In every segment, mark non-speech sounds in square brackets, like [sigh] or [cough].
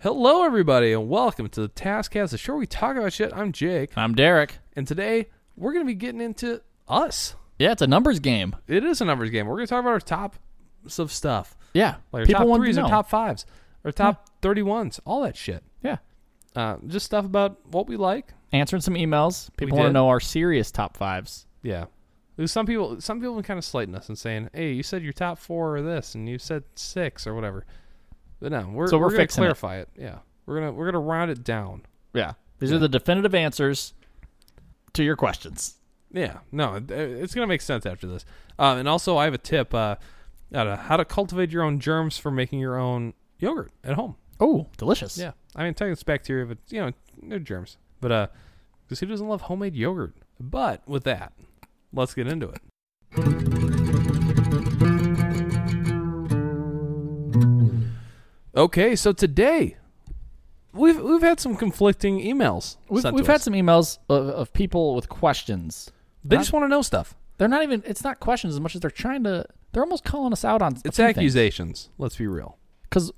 Hello, everybody, and welcome to the Taskcast, the show where we talk about shit. I'm Jake, I'm Derek. and today we're going to be getting into us. Yeah, it's a numbers game. It is a numbers game. We're going to talk about our tops of stuff, Yeah, like our people top want threes, to know. our top fives, our top thirty ones, all that shit. yeah, Uh, just stuff about what we like. answering some emails. People We want did. to know our serious top fives. Yeah, There's some people, some people have been kind of slighting us and saying, "Hey, you said your top four or this, and you said six or whatever." But no, we're So we're going to fixing it. clarify it. Yeah, we're gonna we're gonna round it down. Yeah, these are the definitive answers to your questions. Yeah, no, it- it's gonna make sense after this. Um, and also, I have a tip uh, on uh, how to cultivate your own germs for making your own yogurt at home. Oh, delicious. Yeah, I mean, technically it's bacteria, but you know, they're germs. But uh, because who doesn't love homemade yogurt? But with that, let's get into it. Okay, so today we've we've had some conflicting emails. we've, sent to we've had us. some emails of, of people with questions. They just want to know stuff. They're not even. It's not questions as much as they're trying to. They're almost calling us out on. It's accusations. Let's be real. because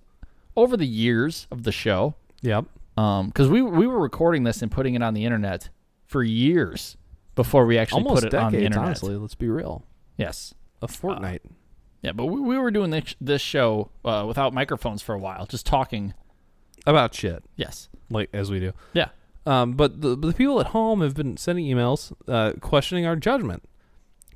over the years of the show, Yep. because we we were recording this and putting it on the internet for years before we actually Almost put it decades, on the internet. honestly. Let's be real. Yes. A fortnight. Yeah, but we, we were doing this, this show uh, without microphones for a while, just talking. Uh, about shit, Yes. like as we do. Yeah. Um, but the, the people at home have been sending emails uh, questioning our judgment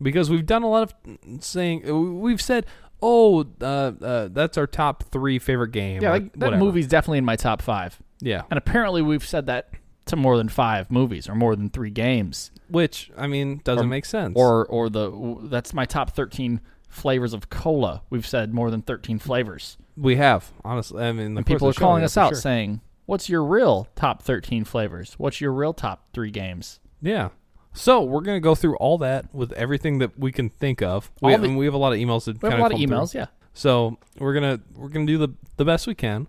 because we've done a lot of saying uh, we've said, "Oh, uh, uh, that's our top three favorite game." Yeah, or like that whatever. movie's definitely in my top five. Yeah, And apparently we've said that to more than five movies or more than three games. which I mean doesn't Or- make sense. Or or the w- that's my top 13 flavors of cola. We've said more than 13 flavors. we have honestly. I mean, And people are calling us out Sure. saying, what's your real top 13 flavors? What's your real top three games? Yeah. So we're gonna go through all that with everything that we can think of. We, All the- and we have a lot of emails. That We have kinda a lot of come through. emails, yeah. So we're gonna we're gonna do the the best we can.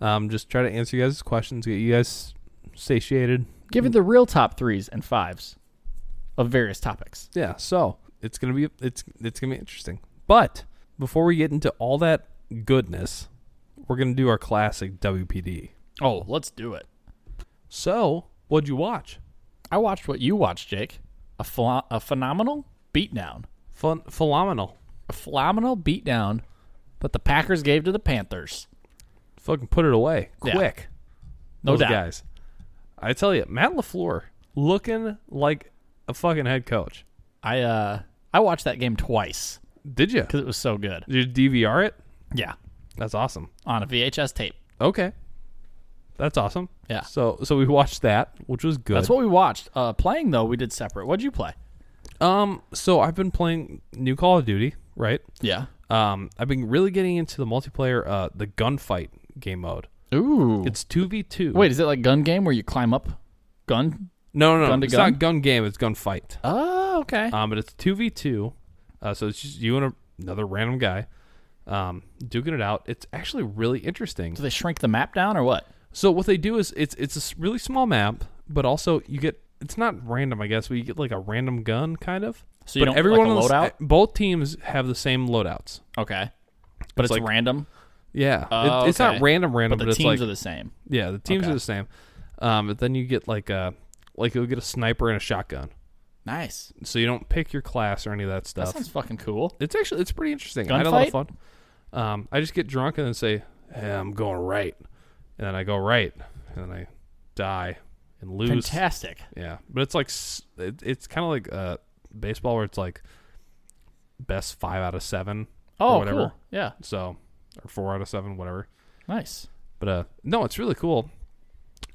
Um, just try to answer you guys' questions, get you guys satiated. Give you the real top threes and fives of various topics. Yeah. So it's gonna be it's it's gonna be interesting. But before we get into all that goodness, we're gonna do our classic WPD. Oh, let's do it. So what'd you watch? I watched what you watched, Jake. A, ph- a phenomenal beatdown. Fun, phenomenal. A phenomenal beatdown that the Packers gave to the Panthers. Fucking put it away Yeah. quick. No Those doubt. guys. I tell you, Matt Lafleur looking like a fucking head coach. I uh I watched that game twice Did you? because it was so good. Did you DVR it? Yeah, That's awesome. on a VHS tape. Okay. That's awesome. Yeah. So so we watched that, which was good. That's what we watched. Uh, playing though, we did separate. What'd you play? um so I've been playing new Call of Duty, right? Yeah. Um I've been really getting into the multiplayer uh the gunfight game mode. Ooh. It's 2v2. Wait, is it like gun game where you climb up? Gun. No, no, no. gun to it's gun? not gun game, it's gunfight. Oh, okay. Um but it's 2v2. Uh so it's just you and a, another random guy um duking it out. It's actually really interesting. Do they shrink the map down or what? So what they do is it's it's a s- really small map, but also you get it's not random, I guess, but you get like a random gun kind of. So you but don't everyone like a on this- loadout? both teams have the same loadouts. Okay. But it's, like- random. Yeah, Oh, It- it's okay. not random, random, But but, the it's teams like are the same. yeah, the teams Okay. are the same. Um, but then you get like a like you'll get a sniper and a shotgun, Nice. so you don't pick your class or any of that That stuff. sounds fucking cool. it's actually it's pretty interesting. I had a lot Gunfight? of fun. Um, I just get drunk and then say, hey, "I'm going right," and then I go right, and then I die and lose. Fantastic. Yeah, but it's like s- it, it's kind of like uh, baseball where it's like best five out of seven. Oh, or whatever. cool. Yeah, So or four out of seven, whatever. nice. But uh, no, it's really cool.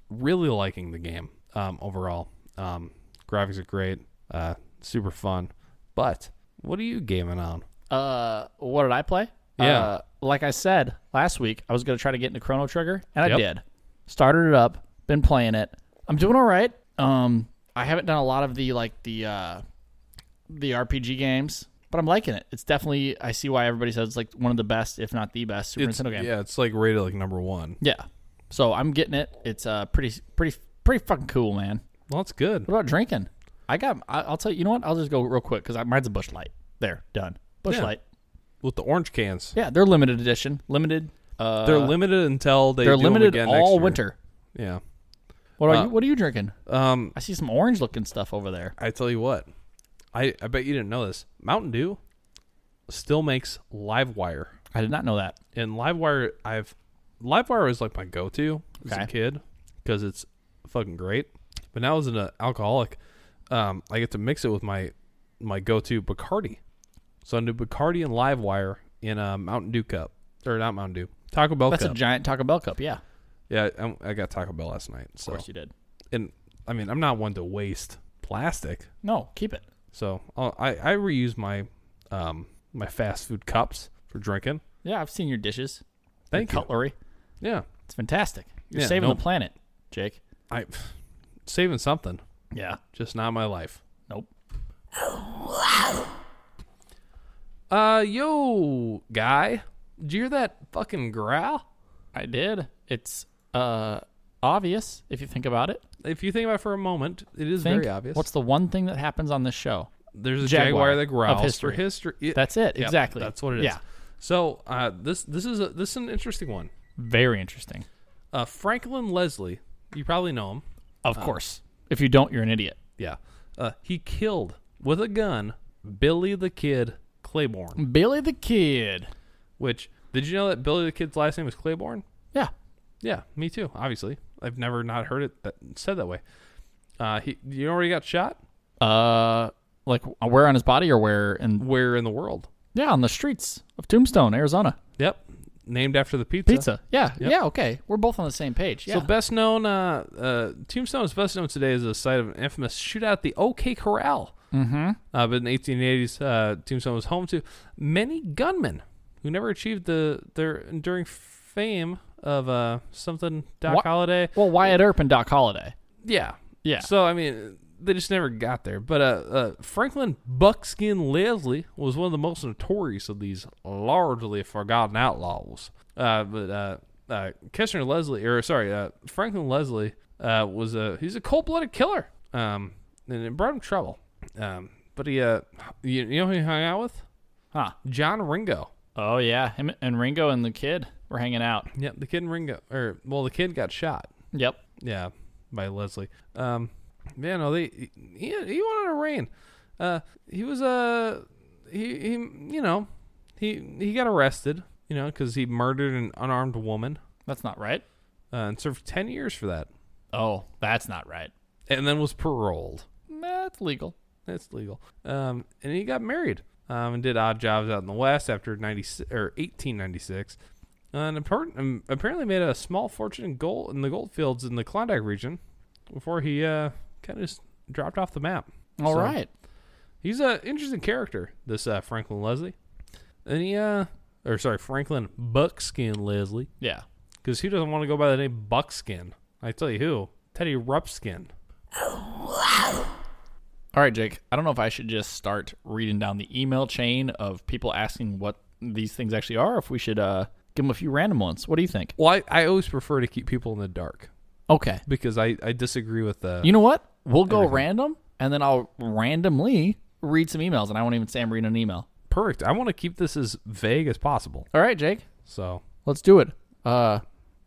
Really liking the game um, overall. Um, graphics are great, uh, super fun. But what are you gaming on? Uh, what did I play? Yeah. Uh, like I said last week, I was gonna try to get into Chrono Trigger, and I Yep. did. Started it up. Been playing it. I'm doing all right. Um, I haven't done a lot of the like the uh, the RPG games, but I'm liking it. It's definitely. I see why everybody says it's like one of the best, if not the best, Super It's- Nintendo game. Yeah, it's like rated like number one. yeah. So I'm getting it. It's uh pretty pretty pretty fucking cool, man. Well, that's good. What about drinking? I got. I- I'll tell you. You know what? I'll just go real quick because mine's a Bush Light. There, done. Bush Yeah. Light. With the orange cans. Yeah, they're limited edition, limited Uh, They're limited until they They're do 'em limited again next all year. winter. Yeah. What are Uh, you? What are you drinking? Um, I see some orange looking stuff over there. I tell you what, I I bet you didn't know this. Mountain Dew still makes Livewire, I did not know that. and Livewire I've Livewire is like my go-to as a Okay. kid because it's fucking great. But now as an uh, alcoholic, um, I get to mix it with my my go-to Bacardi. So I do Bacardi and Livewire in a Mountain Dew cup, or not Mountain Dew, Taco Bell That's cup. a giant Taco Bell cup. Yeah, of yeah, I, I got Taco Bell last night. So, course you did. and I mean, I'm not one to waste plastic. No, keep it. So I'll, I I reuse my um my fast food cups for drinking. Yeah, I've seen your dishes. Thank your you. cutlery. Yeah, It's fantastic. You're Yeah, saving no- the planet, Jake. I saving something, Yeah. just not my life. Nope. Uh, yo, guy, did you hear that fucking growl? I did. It's uh obvious if you think about it. If you think about it for a moment, it is Think, very obvious. What's the one thing that happens on this show? There's a Jaguar jaguar, that of growls history. for history. It- That's it. yep, exactly. That's what it is. Yeah. So uh, this this is a, this is an interesting one. Very interesting. Uh, Franklin Leslie, you probably know him. Of Uh, course. If you don't, you're an idiot. Yeah. Uh, he killed with a gun Billy the Kid Claiborne. Billy the Kid. Which did you know that Billy the Kid's last name was Claiborne? Yeah. Yeah, me too. Obviously, I've never not heard it that, said that way. Uh, he, you know where he got shot? Uh like where on his body or where and Where in the world? yeah, on the streets of Tombstone, Arizona. Yep, named after the pizza. Pizza. Yeah. Yeah, okay. We're both on the same page. Yeah. So best known, uh, uh, Tombstone is best known today as the site of an infamous shootout at the OK Corral. mm-hmm. Uh, but in the 1880s, uh, Tombstone was home to many gunmen who never achieved the their enduring fame of uh, something Doc What? Holliday. Well, Wyatt Earp and Doc Holliday. Yeah, Yeah. So I mean, they just never got there. But uh, uh, Franklin Buckskin Leslie was one of the most notorious of these largely forgotten outlaws. Uh, but uh, uh, Kessner Leslie, or sorry, uh, Franklin Leslie uh, was a he's a cold blooded killer. Um, and it brought him trouble. Um, but he, uh, you, you know who he hung out with? Huh. John Ringo. Oh yeah, him and Ringo and the kid were hanging out. Yep, the kid and Ringo, or well, the kid got shot. Yep. Yeah, by Leslie. Um, yeah, no, they he, he wanted to reign. Uh, he was uh, he he you know he he got arrested you know because he murdered an unarmed woman That's not right. uh, and served ten years for that Oh, that's not right. and then was paroled. That's legal. That's legal. Um, and he got married. Um, and did odd jobs out in the West after ninety six or eighteen ninety six, and appar- um, apparently made a small fortune in gold in the gold fields in the Klondike region, before he uh kind of just dropped off the map. All So- right. He's a interesting character, this uh, Franklin Leslie, and he uh or sorry Franklin Buckskin Leslie, Yeah. because who doesn't want to go by the name Buckskin? I tell you who, Teddy Rupskin. All right, Jake. I don't know if I should just start reading down the email chain of people asking what these things actually are. Or if we should uh, give them a few random ones. What do you think? Well, I, I always prefer to keep people in the dark Okay. because I I disagree with the You know what? We'll go Everything. random, and then I'll randomly read some emails, and I won't even say I'm reading an email. perfect. I want to keep this as vague as possible. All right, Jake. So, Let's do it. Uh,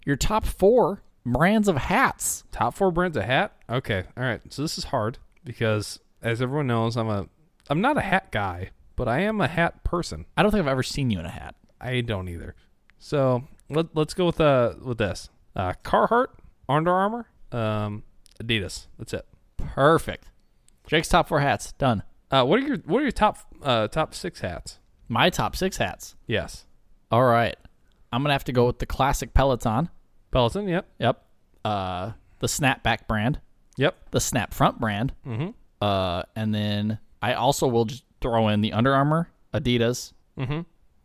your top four brands of hats. top four brands of hat. Okay, all right. So this is hard because, as everyone knows, I'm a I'm not a hat guy, but I am a hat person. I don't think I've ever seen you in a hat. I don't either. So let let's go with uh with this. Uh, Carhartt, Under Armour, um, Adidas. That's it. Perfect. Jake's top four hats done. Uh, what are your what are your top uh top six hats? My top six hats. Yes, All right, I'm gonna have to go with the classic Peloton. Peloton. Yep, Yep. Uh, the snapback brand, yep. the snap front brand. Mm-hmm. Uh, and then I also will just throw in the Under Armour, Adidas, Mm-hmm.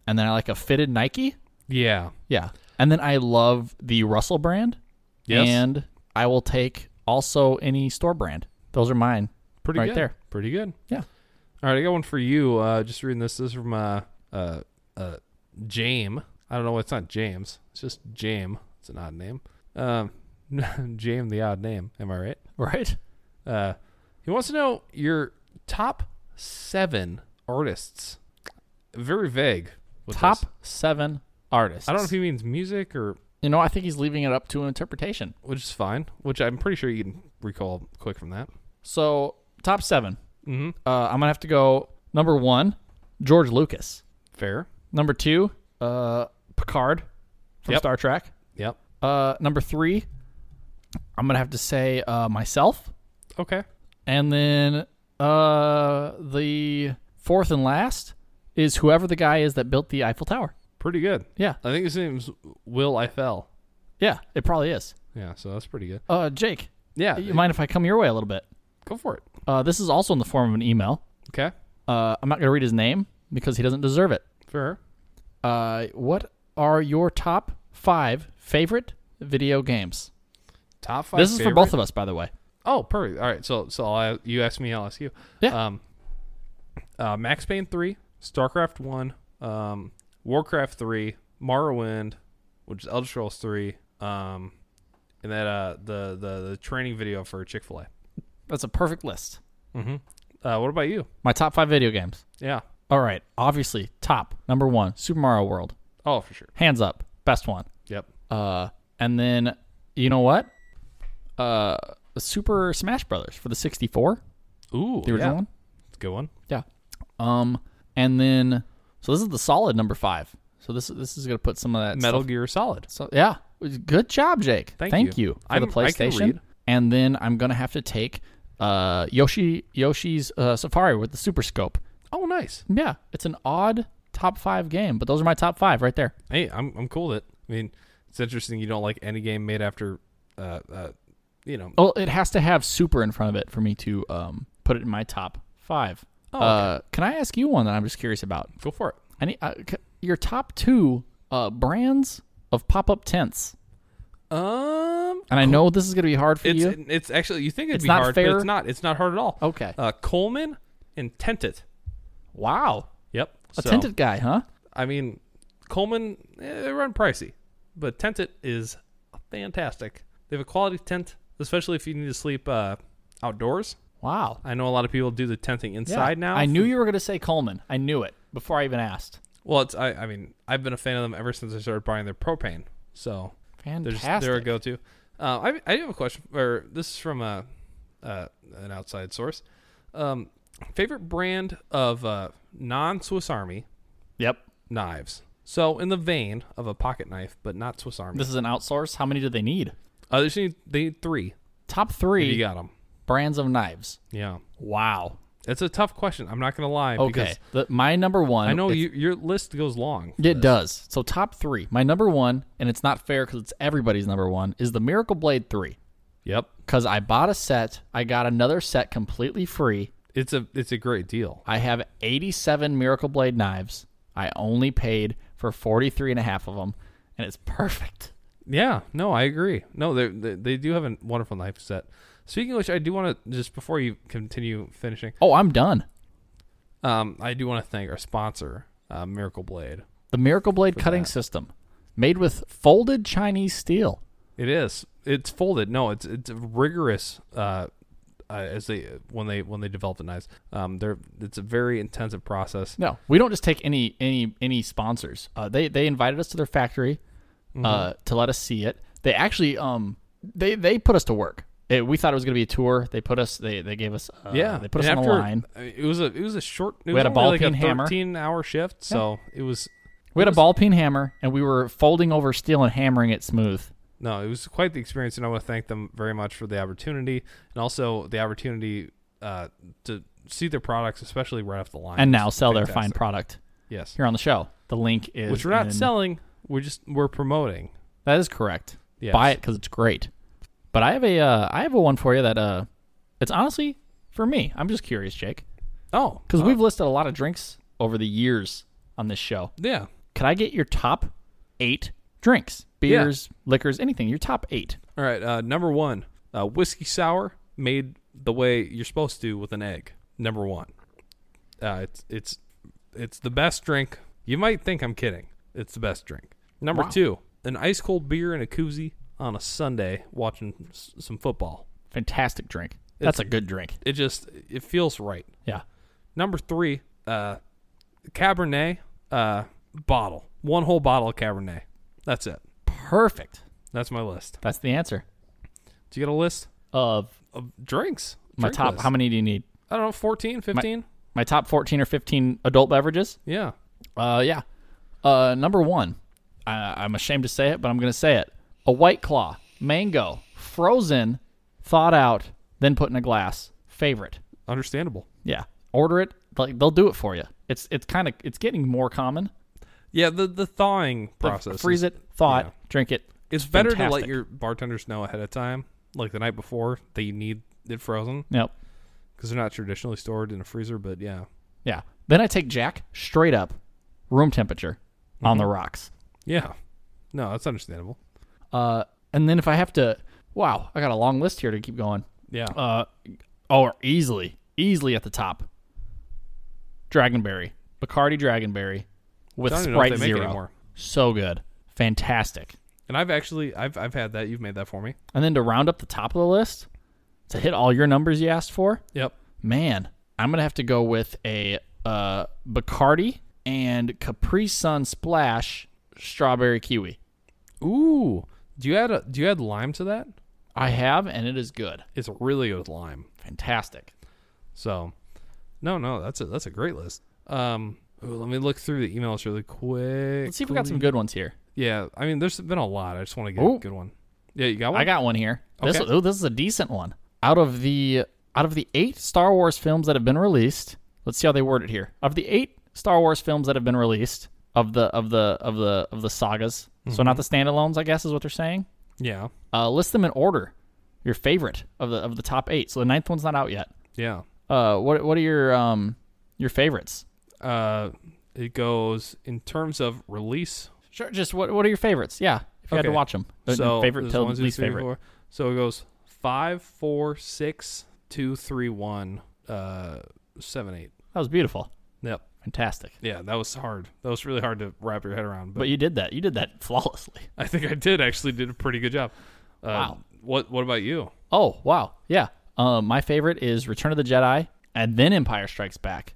and then I like a fitted Nike. Yeah. Yeah. And then I love the Russell brand. Yes. And I will take also any store brand. Those are mine. Pretty right good. there. Pretty good. Yeah. All right, I got one for you. Uh, just reading this. This is from uh, uh, uh, Jame. I don't know. It's not James. It's just Jame. It's an odd name. Um, [laughs] Jame, the odd name. Am I [laughs] right? Right. Uh, he wants to know your top seven artists. Very vague. with Top this. seven artists. I don't know if he means music or you know. I think he's leaving it up to interpretation. which is fine, which I'm pretty sure you can recall quick from that. So top seven. Mm-hmm. Uh, I'm gonna have to go number one, George Lucas. Fair. Number two, uh, Picard from Yep. Star Trek. Yep. Uh, number three, I'm gonna have to say uh, myself, Okay. and then uh, the fourth and last is whoever the guy is that built the Eiffel Tower. Pretty good. Yeah, I think his name's Will Eiffel. yeah, it probably is. Yeah, so that's pretty good. Uh, Jake, Yeah. you mind if I come your way a little bit? Go for it. Uh, this is also in the form of an email. Okay. Uh, I'm not gonna read his name because he doesn't deserve it. Fair. Uh, what are your top five favorite video games? Top five. This is for both of us, by the way. Oh, perfect. All right. So, so I, you asked me, I'll ask you. Yeah. Um, uh, Max Payne three, Starcraft one, um, Warcraft three, Morrowind, which is Elder Scrolls three, um, and that uh the the, the training video for Chick Fil A. That's a perfect list. Mm-hmm. Uh, what about you? My top five video games. Yeah. All right, obviously top number one, Super Mario World. Oh, for sure. Hands up, best one. Yep. Uh, and then you know what? Uh, Super Smash Brothers for Oh, the 64, Ooh, the original one. It's a good one. Yeah. Um, and then so this is the solid number five. So this this is gonna put some of that stuff- Metal Gear Solid. So yeah, good job, Jake. Thank you. you, for I'm- the I can PlayStation. read. And then I'm gonna have to take uh, Yoshi Yoshi's uh, Safari with the Super Scope. Oh, nice. Yeah, it's an odd top five game, but those are my top five right there. Hey, I'm I'm cool with it. I mean, it's interesting you don't like any game made after, uh, uh you know. Oh, it has to have Super in front of it for me to um, put it in my top five. Oh, okay. uh, can I ask you one that I'm just curious about? Go for it. I need, uh, c- your top two uh, brands of pop up tents, Um, and I know this is gonna be hard for it's you. it's actually you think it'd It's be not hard, but fair. it's not. It's not hard at all. Okay. Uh, Coleman and Tentet. wow, Yep. a So, tented guy, huh? I mean, Coleman eh, they run pricey, but Tentet is fantastic. They have a quality tent, especially if you need to sleep uh, outdoors. Wow. I know a lot of people do the tenting Yeah. inside now. I knew you were going to say Coleman. I knew it before I even asked. Well, it's I, I mean I've been a fan of them ever since I started buying their propane. So they're just, Fantastic. they're a go-to. Uh, I I do have a question, or this is from a uh, an outside source. Um, favorite brand of uh, non-Swiss Army yep. knives. So in the vein of a pocket knife, but not Swiss Army. This is an outsource. How many do they need? uh, they just need they need three. Top If you three got them. brands of knives. Yeah, Wow. it's a tough question. I'm not gonna lie. Okay. Because The, my number one. I know it's- you, your list goes long. It does. So top three. My number one, and it's not fair because it's everybody's number one, is the Miracle Blade 3. Yep. Because I bought a set. I got another set completely free. It's a it's a great deal. I have 87 Miracle Blade knives. I only paid for 43 and a half of them, and it's [laughs] perfect. Yeah, no, I agree. No, they they they do have a wonderful knife set. Speaking of which, I do want to just before you continue finishing, Oh, I'm done. um, I do want to thank our sponsor, uh, Miracle Blade. The Miracle Blade cutting system, made with folded Chinese steel. It is. It's folded. No, it's it's rigorous. Uh, uh, as they when they when they develop the knives, um, they're it's a very intensive process. No, we don't just take any any any sponsors. Uh, they they invited us to their factory uh, Mm-hmm. to let us see it. They actually um they they put us to work. It, we thought it was going to be a tour. They put us. They they gave us. Uh, yeah, they put us and on the after- line. I mean, It was a it was a short. It We was had a only ball like peen hammer. thirteen hour shift, so it was We had a ball peen hammer, and we were folding over steel and hammering it smooth. No, it was quite the experience, and I want to thank them very much for the opportunity and also the opportunity uh, to see their products, especially right off the line. And It's now sell their fine fantastic. product Yes, here on the show. The link is which we're not in- selling. We're just we're promoting. That is correct. Yes. buy it because it's great. But I have a uh, I have a one for you that uh, it's honestly for me. I'm just curious, Jake, Oh, because we've listed a lot of drinks over the years on this show. yeah. Could I get your top eight drinks, beers, liquors, anything? Your top eight. All right. Uh, number one, uh, whiskey sour made the way you're supposed to with an egg. Number one. Uh, it's it's it's the best drink. You might think I'm kidding. It's the best drink. Number Wow. two, an ice cold beer and a koozie on a Sunday watching s- some football. Fantastic drink. That's a good drink. it just it feels right. Yeah. Number three, uh, Cabernet uh, bottle One whole bottle of Cabernet. That's it. Perfect. That's my list. That's the answer Do you get a list of of drinks? my Drink top. list. How many do you need? I don't know, 14, 15? My top 14 or 15 adult beverages? yeah. Uh, yeah. Uh, number one, I, I'm ashamed to say it, but I'm going to say it. A White Claw, mango, frozen, thawed out, then put in a glass. Favorite. Understandable. Yeah. Order it. Like they'll do it for you. It's it's kind of it's getting more common. Yeah, the, the thawing process. is- Freeze it, thaw it, yeah. drink it. It's better to fantastic. let your bartenders know ahead of time, like the night before, that you need it frozen Yep. because they're not traditionally stored in a freezer, but yeah. Yeah. Then I take Jack straight up, room temperature, Mm-hmm. on the rocks. Yeah. No, that's understandable. Uh, and then if I have to, wow, I got a long list here to keep going. Yeah. Uh, or easily, easily at the top. Dragonberry, Bacardi Dragonberry, with I don't even know if Sprite they make it Zero. anymore. So good, fantastic. And I've actually I've I've had that. You've made that for me. And then to round up the top of the list, to hit all your numbers you asked for, Yep. man, I'm gonna have to go with a uh, Bacardi and Capri Sun Splash Strawberry Kiwi. Ooh. Do you add a, do you add lime to that? I have, and it is good, It's really good with lime. fantastic. So, no, no, that's a that's a great list. Um, ooh, let me look through the emails really quick. Let's see if we got some good ones here. Yeah, I mean, there's been a lot. I just want to get Ooh. a good one. Yeah, you got one. I got one here. This Okay. oh, this is a decent one. Out of the out of the eight Star Wars films that have been released, let's see how they word it here. Of the eight Star Wars films that have been released of the of the of the of the sagas, so not the standalones, I guess is what they're saying. yeah, Uh, list them in order. Your favorite of the of the top eight. So the ninth one's not out yet. yeah. Uh, what what are your um your favorites? Uh, it goes in terms of release. Sure, just what what are your favorites? Yeah, if you had to Okay. watch them. So Uh, favorite there's to one, two, least three, favorite. four. So it goes five, four, six, two, three, one, uh, seven, eight. That was beautiful, Yep. fantastic. Yeah, that was hard. That was really hard to wrap your head around. But, But you did that. You did that [laughs] flawlessly. I think I did actually did a pretty good job. Uh, Wow. What What about you? Oh wow, yeah. Um, my favorite is Return of the Jedi, and then Empire Strikes Back.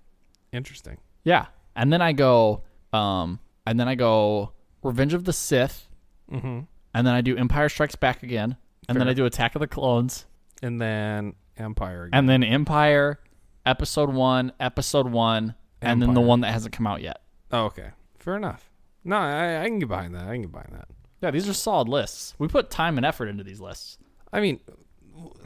Interesting. Yeah, and then I go, um, and then I go Revenge of the Sith, Mm-hmm. and then I do Empire Strikes Back again, and then Fair. I do Attack of the Clones, And then Empire. Again. and then Empire, Episode One, Episode One, and then the Empire. one that hasn't come out yet. Oh, okay. Fair enough. No, I, I can get behind that. I can get behind that. Yeah, these are solid lists. We put time and effort into these lists. I mean,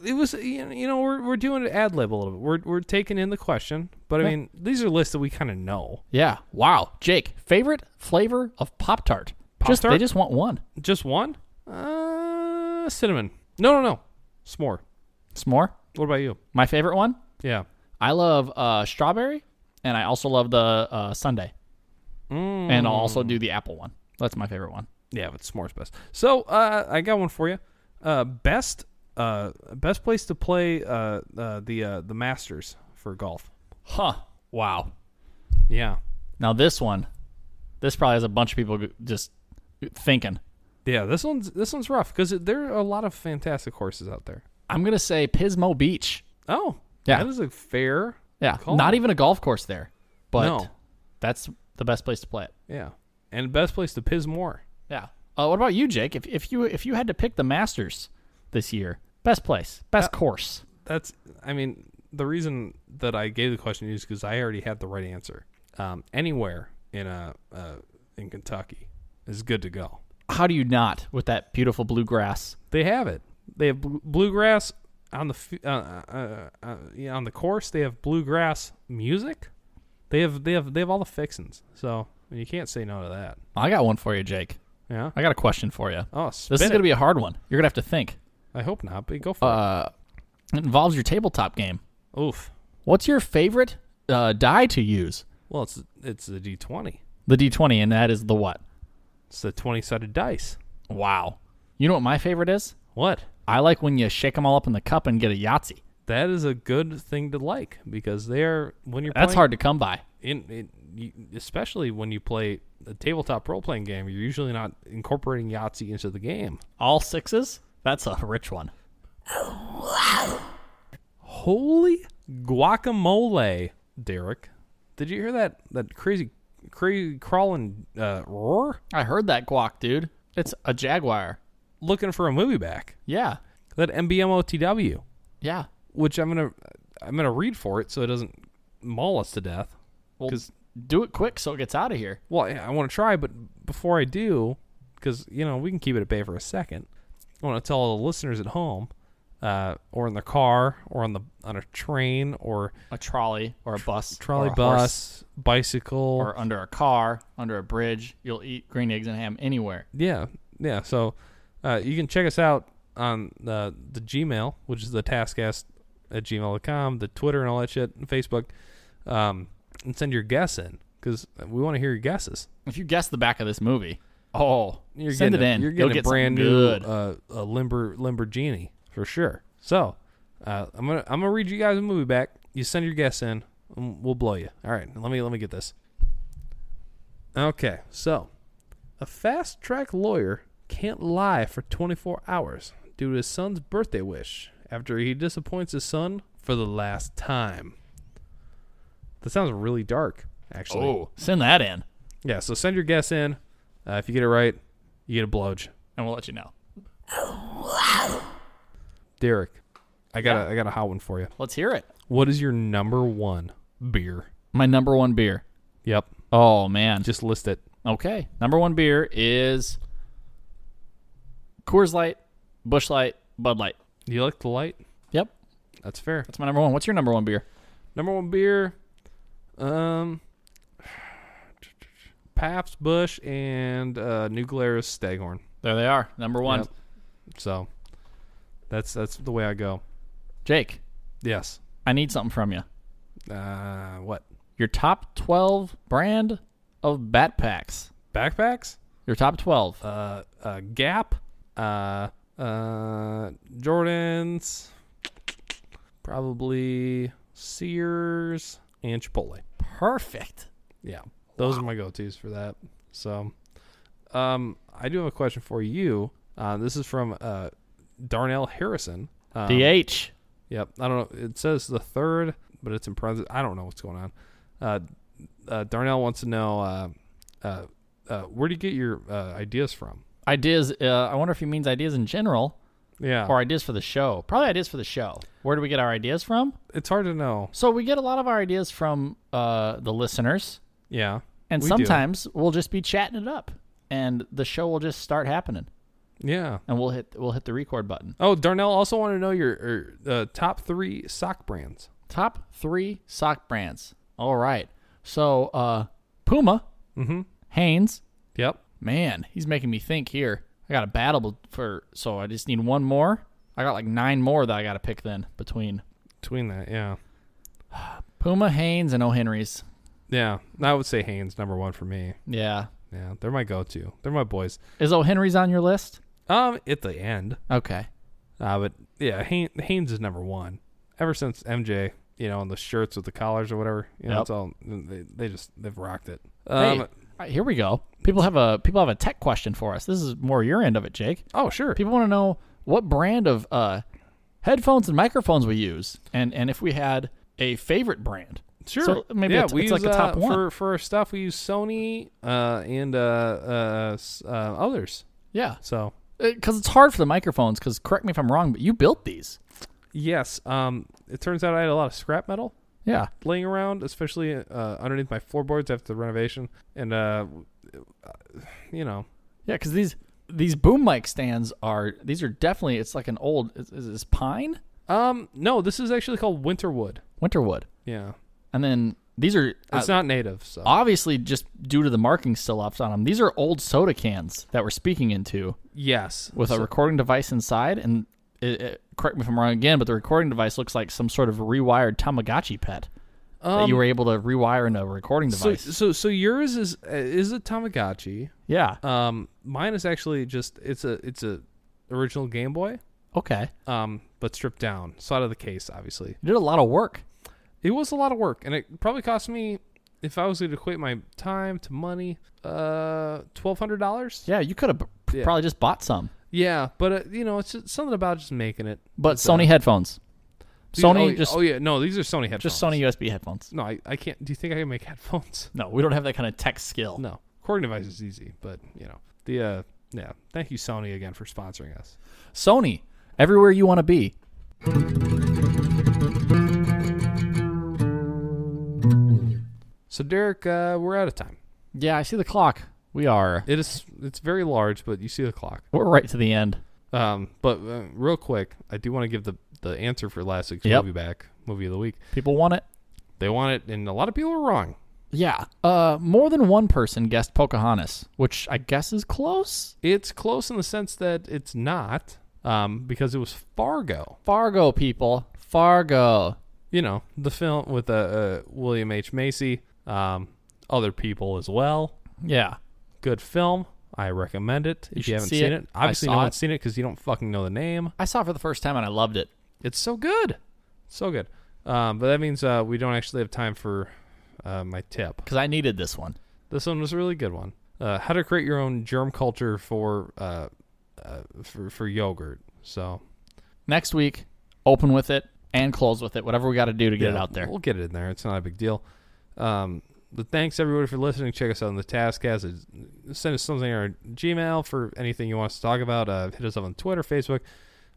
it was you know- you know we're we're doing an ad lib a little bit. We're we're taking in the question, but I Yeah. mean these are lists that we kind of know. Yeah. Wow, Jake, favorite flavor of Pop Tart? Just they Pop-Tart? just want one. Just one? Uh, cinnamon. No, no, no. S'more. S'more. What about you? My favorite one. Yeah. I love uh, strawberry, and I also love the uh, Sunday, Mm. and I'll also do the apple one. That's my favorite one. Yeah, but s'more's best. So uh, I got one for you. Uh, best uh, best place to play uh, uh, the uh, the Masters for golf. Huh. Wow. Yeah. Now this one, this probably has a bunch of people g- just thinking. Yeah, this one's this one's rough because there are a lot of fantastic horses out there. I'm gonna say Pismo Beach. Oh, Yeah. that is a fair. Yeah. Cool. Not even a golf course there, but No. that's the best place to play it. Yeah, and best place to piss more. Yeah. Uh, what about you, Jake? If if you if you had to pick the Masters this year, best place, best Uh, course. That's, I mean, the reason that I gave the question is because I already had the right answer. Um, anywhere in uh uh, in Kentucky is good to go. How do you not with that beautiful blue grass? They have it. They have bl- bluegrass on the f- uh, uh, uh, yeah, on the course. They have bluegrass music. They have they have they have all the fixins. So you can't say no to that. I got one for you, Jake. Yeah. I got a question for you. Oh, This is spin going to it. be a hard one. You're going to have to think. I hope not, but go for Uh, it involves your tabletop game. it. Oof. What's your favorite uh, die to use? Well, it's it's the D twenty. The D20, and that is the what? It's the twenty sided dice. Wow. You know what my favorite is? What? I like when you shake them all up in the cup and get a Yahtzee. That is a good thing to like because they're when you're That's playing, hard to come by. In, in you, especially when you play a tabletop role playing game, you're usually not incorporating Yahtzee into the game. All sixes? That's a rich one. Holy guacamole, Derek! Did you hear that that crazy crazy crawling uh, roar I heard that guac, dude. It's a jaguar. looking for a movie back. Yeah, That MBMOTW, yeah. which I'm gonna I'm gonna read for it so it doesn't maul us to death. Well, 'Cause- do it quick so it gets out of here. Well, I, I want to try, but before I do, because you know we can keep it at bay for a second, I want to tell all the listeners at home, uh, or in the car, or on the on a train, or A trolley or a bus, trolley or a horse, bus, bicycle, or under a car, under a bridge. You'll eat green eggs and ham anywhere. yeah, yeah. So uh, you can check us out on the the Gmail, which is the taskcast at gmail.com, the Twitter and all that shit, and Facebook, um, and send your guess in because we want to hear your guesses. If you guess the back of this movie, oh, You're send it getting a- in. You're You'll getting a get brand something new good. uh, a limber Lamborghini for sure. So uh, I'm gonna I'm gonna read you guys a movie back. You send your guess in, and we'll blow you. All right, let me let me get this. Okay, so a fast track lawyer can't lie for 24 hours due to his son's birthday wish after he disappoints his son for the last time. That sounds really dark, actually. oh, send that in, Yeah, so send your guess in. Uh, if you get it right, you get a blowj. and we'll let you know. Derek, I got a, I got a hot one for you. Let's hear it. What is your number one beer? My number one beer. Yep, Oh man. just list it. Okay. Number one beer is Coors Light, Bush Light, Bud Light. Do you like the light? Yep. That's fair. That's my number one. What's your number one beer? Number one beer, um, Pabst Bush and uh, New Glarus Staghorn. There they are. Number one. Yep. So that's that's the way I go. Jake, Yes. I need something from you. Uh, what Your top 12 brand of bat packs. backpacks? Your top 12. uh, uh, Gap, uh, uh, Jordans, probably Sears, and Chipotle. Perfect. Yeah, those are my go-tos for that. So, um, I do have a question for you. Uh, this is from uh, Darnell Harrison. Um, DH. Yep. I don't know. It says the third, but it's in parentheses. I don't know what's going on. Uh, uh, Darnell wants to know uh, uh, uh, where do you get your uh, ideas from? Ideas. Uh, I wonder if he means ideas in general Yeah. or ideas for the show. Probably ideas for the show. Where do we get our ideas from? It's hard to know. So we get a lot of our ideas from uh, the listeners. Yeah. And we do. sometimes we'll just be chatting it up, and the show will just start happening, Yeah. and we'll hit we'll hit the record button. Oh, Darnell also wanted to know your er, uh, top three sock brands. Top three sock brands. All right, so uh, Puma, Mm-hmm. Hanes. Yep. Man, he's making me think here. I got a battle for, so I just need one more. I got like nine more that I got to pick then between Between that, yeah. Puma, Hanes, and O'Henry's. Yeah. I would say Hanes number one for me. Yeah, Yeah. They're my go to. They're my boys. is O'Henry's on your list? Um, at the end. Okay, Uh, but yeah, Hanes, Hanes is number one. Ever since MJ, you know, and the shirts with the collars or whatever, you know, Yep. it's all they, they just they've rocked it. hey, Um, all right, here we go. People have a people have a tech question for us. This is more your end of it, Jake. Oh, sure. People want to know what brand of uh, headphones and microphones we use, and and if we had a favorite brand. Sure. So maybe yeah, it's- we it's use, like a top uh, one. for for our stuff. We use Sony uh, and uh, uh, s- uh, others. Yeah, So because it's hard for the microphones. Because correct me if I'm wrong, but you built these. yes, um, it turns out I had a lot of scrap metal Yeah, laying around, especially uh, underneath my floorboards after the renovation, and uh, you know, yeah. Because these these boom mic stands are these are definitely it's like an old is, is this pine um, no, this is actually called Winterwood. winterwood, Yeah, and then these are uh, it's not native, so obviously just due to the markings still up on them. These are old soda cans that we're speaking into. yes, with a So- recording device inside and it, it, correct me if i'm wrong again but the recording device looks like some sort of rewired tamagotchi pet that um, you were able to rewire into a recording so, device so so yours is is a Tamagotchi. yeah Um, mine is actually just it's a it's a original Game Boy. okay um, but stripped down, so out of the case, obviously. you did a lot of work It was a lot of work, and it probably cost me, if I was going to equate my time to money, uh, twelve hundred dollars. yeah you could have Yeah. probably just bought some Yeah, but uh, you know, it's just something about just making it. but sony headphones These- Sony oh, yeah- just oh yeah, no, these are Sony headphones. just Sony USB headphones. No, I, I can't. Do you think I can make [laughs] headphones? No, we don't have that kind of tech skill. No, recording device is easy, but you know the uh yeah. Thank you Sony again for sponsoring us. Sony, everywhere you want to be. So Derek, uh, we're out of time. Yeah, I see the clock. We are. It is it's very large, but you see the clock. We're right to the end. Um, but uh, real quick, I do want to give the the answer for last week's Yep. movie back movie of the week. People want it. They want it, and a lot of people are wrong. Yeah. Uh, more than one person guessed Pocahontas, which I guess is close. It's close in the sense that it's not, um, because it was Fargo. Fargo people. Fargo. You know, the film with uh, uh, William H Macy, um, other people as well. Yeah. Good film. I recommend it if should you haven't see seen it. it. I Obviously, saw no it. one's seen it because you don't fucking know the name. I saw it for the first time and I loved it. It's so good, so good. Um, but that means uh, we don't actually have time for uh, my tip. because I needed this one. This one was a really good one. Uh, how to create your own germ culture for uh, uh, for for yogurt. So Next week, open with it and close with it. Whatever we got to do to get it yeah, out there. We'll get it in there. It's not a big deal. Um, but thanks everybody for listening. Check us out on the Taskcast. Uh, Send us something on our Gmail for anything you want us to talk about. Uh, hit us up on Twitter, Facebook.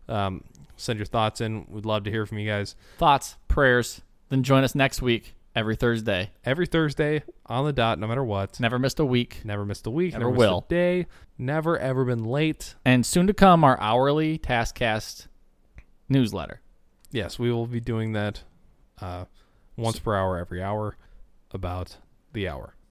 Um, send your thoughts in. We'd love to hear from you guys Thoughts, prayers. Then join us next week every Thursday. every Thursday on the dot, no matter what. Never missed a week. Never missed a week. Never missed will. a day. Never ever been late. And soon to come, our hourly Taskcast newsletter. yes, we will be doing that uh, once per hour, every hour, about the hour.